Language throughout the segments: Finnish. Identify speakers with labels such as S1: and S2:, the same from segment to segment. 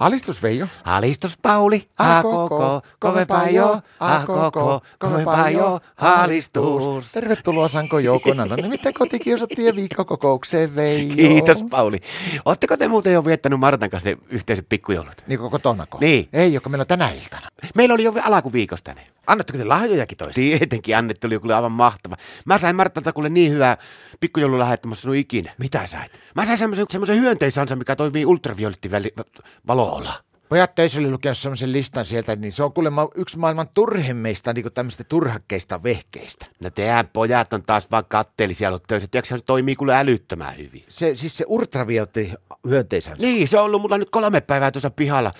S1: Alistus Veijo.
S2: Alistus Pauli, a koko, kovempaa jo, a koko, kovempaa jo, alistus.
S1: Tervetuloa Sanko Joukona. No nimittäin kotikiusattiin viikkokokoukseen Veijo. Niin
S2: Kiitos Pauli. Oletteko te muuten jo viettänyt Martan kanssa ne yhteiset pikkujoulut?
S1: Niin kuin kotonako?
S2: Niin.
S1: Ei, joka meillä on tänä iltana.
S2: Meillä oli jo alakuviikosta ne.
S1: Annatteko te lahjojakin toisiin?
S2: Tietenkin annettu oli kyllä aivan mahtava. Mä sain Marttalta kuule niin hyvää pikkujoulun lähettämässä sinun ikinä.
S1: Mitä sait?
S2: Mä sain semmoisen, semmoisen hyönteisansa, mikä toimii ultraviolettivalolla.
S1: Pojat töissä oli lukenut semmoisen listan sieltä, niin se on kuulemma yksi maailman turhimmista niin tämmöistä turhakkeista vehkeistä.
S2: No tehän pojat on taas vaan katteellisia ollut töissä. Tiedätkö, se toimii kyllä älyttömän hyvin.
S1: Se, siis se ultravioletti hyönteisänsä.
S2: Niin, se on ollut mulla nyt kolme päivää tuossa pihalla.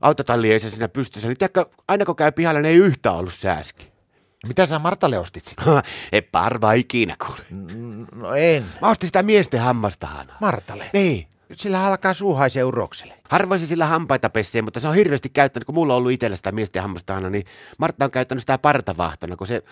S2: Autotalli ei se siinä pystyssä. Niin tiedätkö, aina kun käy pihalla, niin ei yhtään ollut sääski.
S1: Mitä sä Martalle ostit sitten?
S2: Eppä arvaa ikinä kuule.
S1: No en.
S2: Mä ostin sitä miesten hammastahanaa.
S1: Martalle.
S2: Niin.
S1: Sillä alkaa suuhaisee urokselle.
S2: Harvoin se sillä hampaita pessee, mutta se on hirveästi käyttänyt, kun mulla on ollut itsellä sitä miesten hammasta aina, niin Martta on käyttänyt sitä partavahtona, kun se,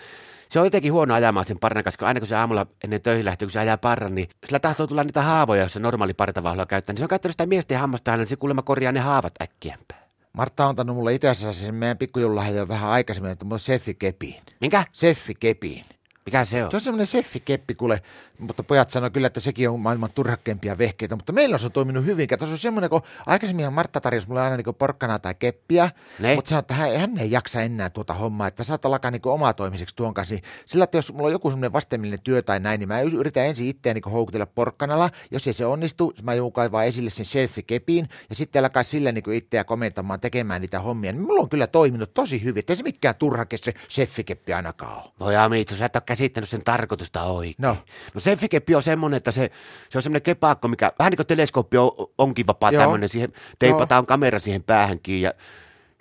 S2: se on jotenkin huono ajamaan sen parran kanssa, kun aina kun se aamulla ennen töihin lähtee, kun se ajaa parran, niin sillä tahtoo tulla niitä haavoja, jos se normaali partavahdolla käyttää, niin se on käyttänyt sitä miesten hammasta aina, niin se kuulemma korjaa ne haavat äkkiämpää.
S1: Martta on antanut mulle itse asiassa sen meidän pikkujoululahjan jo vähän aikaisemmin, että mulla on seffi kepiin.
S2: Minkä?
S1: Seffi kepiin.
S2: Mikä se on?
S1: Se on semmoinen seffikeppi, kuule, mutta pojat sanoi kyllä, että sekin on maailman turhakkempia vehkeitä, mutta meillä se on toiminut hyvin. Kato, se on semmoinen, kun aikaisemmin Martta tarjosi mulle aina niin porkkanaa tai keppiä,
S2: Ne.
S1: mutta sanoi, että hän, hän ei jaksa enää tuota hommaa, että saat alkaa niin omaa toimiseksi tuon kanssa. Niin sillä, että jos mulla on joku semmoinen vastenmielinen työ tai näin, niin mä yritän ensin itseäni niin houkutella porkkanalla. Jos ei se onnistu, mä joudun kaivaa esille sen selfie-kepin ja sitten alkaa sillä niin itseä komentamaan tekemään niitä hommia. Niin mulla on kyllä toiminut tosi hyvin, ettei se mikään turhake se selfie-keppi ainakaan ole.
S2: Voi Amitsu, sä et ole käsittänyt sen tarkoitusta oikein.
S1: No.
S2: No seffikeppi on semmoinen, että se, se on semmoinen kepaakko, mikä vähän niin kuin teleskooppi on, onkin vapaa
S1: Joo.
S2: tämmöinen. Siihen teipataan kamera siihen päähän kiinni ja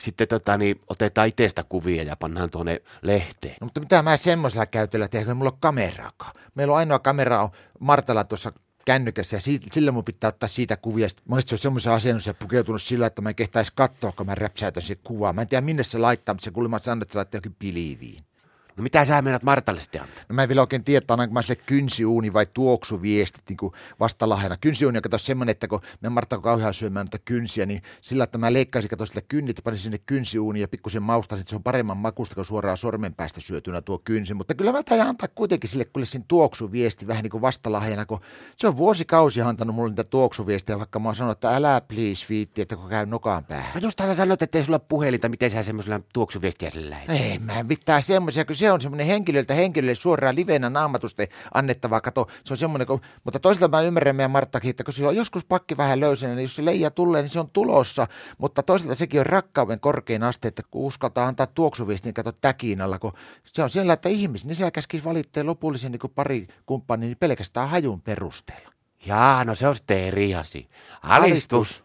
S2: sitten tota, niin, otetaan itsestä kuvia ja pannaan tuonne lehteen.
S1: No, mutta mitä mä semmoisella käytöllä tehdä, kun ei mulla ole kameraakaan. Meillä on ainoa kamera on Martalla tuossa kännykässä ja siitä, sillä mun pitää ottaa siitä kuvia. Sitten Monesti se on semmoisen asennossa pukeutunut sillä, että mä en kehtaisi katsoa, kun mä räpsäytän sen kuvaa. Mä en tiedä minne se laittaa, mutta se kuulemma sanoo, että se laittaa johonkin piliiviin.
S2: No mitä sä meinaat Martalle sitten antaa?
S1: No mä en vielä oikein tiedä, että annanko mä sille kynsiuuni vai tuoksuviestit niin kuin vastalahjana. Kynsiuuni on kato semmoinen, että kun mä Martta on kauhean syömään noita kynsiä, niin sillä, että mä leikkaisin kato sille kynnit ja panin sinne kynsiuuniin ja pikkusen maustaisin, että se on paremman makusta kuin suoraan sormen päästä syötynä tuo kynsi. Mutta kyllä mä taidan antaa kuitenkin sille kyllä sen tuoksuviesti vähän niin kuin vastalahjana, kun se on vuosikausia antanut mulle niitä tuoksuviestejä, vaikka mä oon sanonut, että älä please viitti, että kun käy nokaan päähän.
S2: No just sä sanoit, että ei sulla ole puhelinta, miten sä semmoisella tuoksuviestiä sillä lähetät?
S1: Ei mä mitään semmoisia, kun se on semmoinen henkilöltä henkilölle suoraan livenä naamatusten annettava kato. Se on semmoinen, kun, mutta toisaalta mä ymmärrän meidän Marttakin, että kun sillä on joskus pakki vähän löysänä, niin jos se leija tulee, niin se on tulossa. Mutta toisaalta sekin on rakkauden korkein aste, että kun uskaltaa antaa tuoksuviestin, kato täkin alla, kun se on siellä, että ihmis, niin se käski valittaa lopullisen niin pari kumppanin niin pelkästään hajun perusteella.
S2: Jaa, no se on sitten eri asia. Alistus!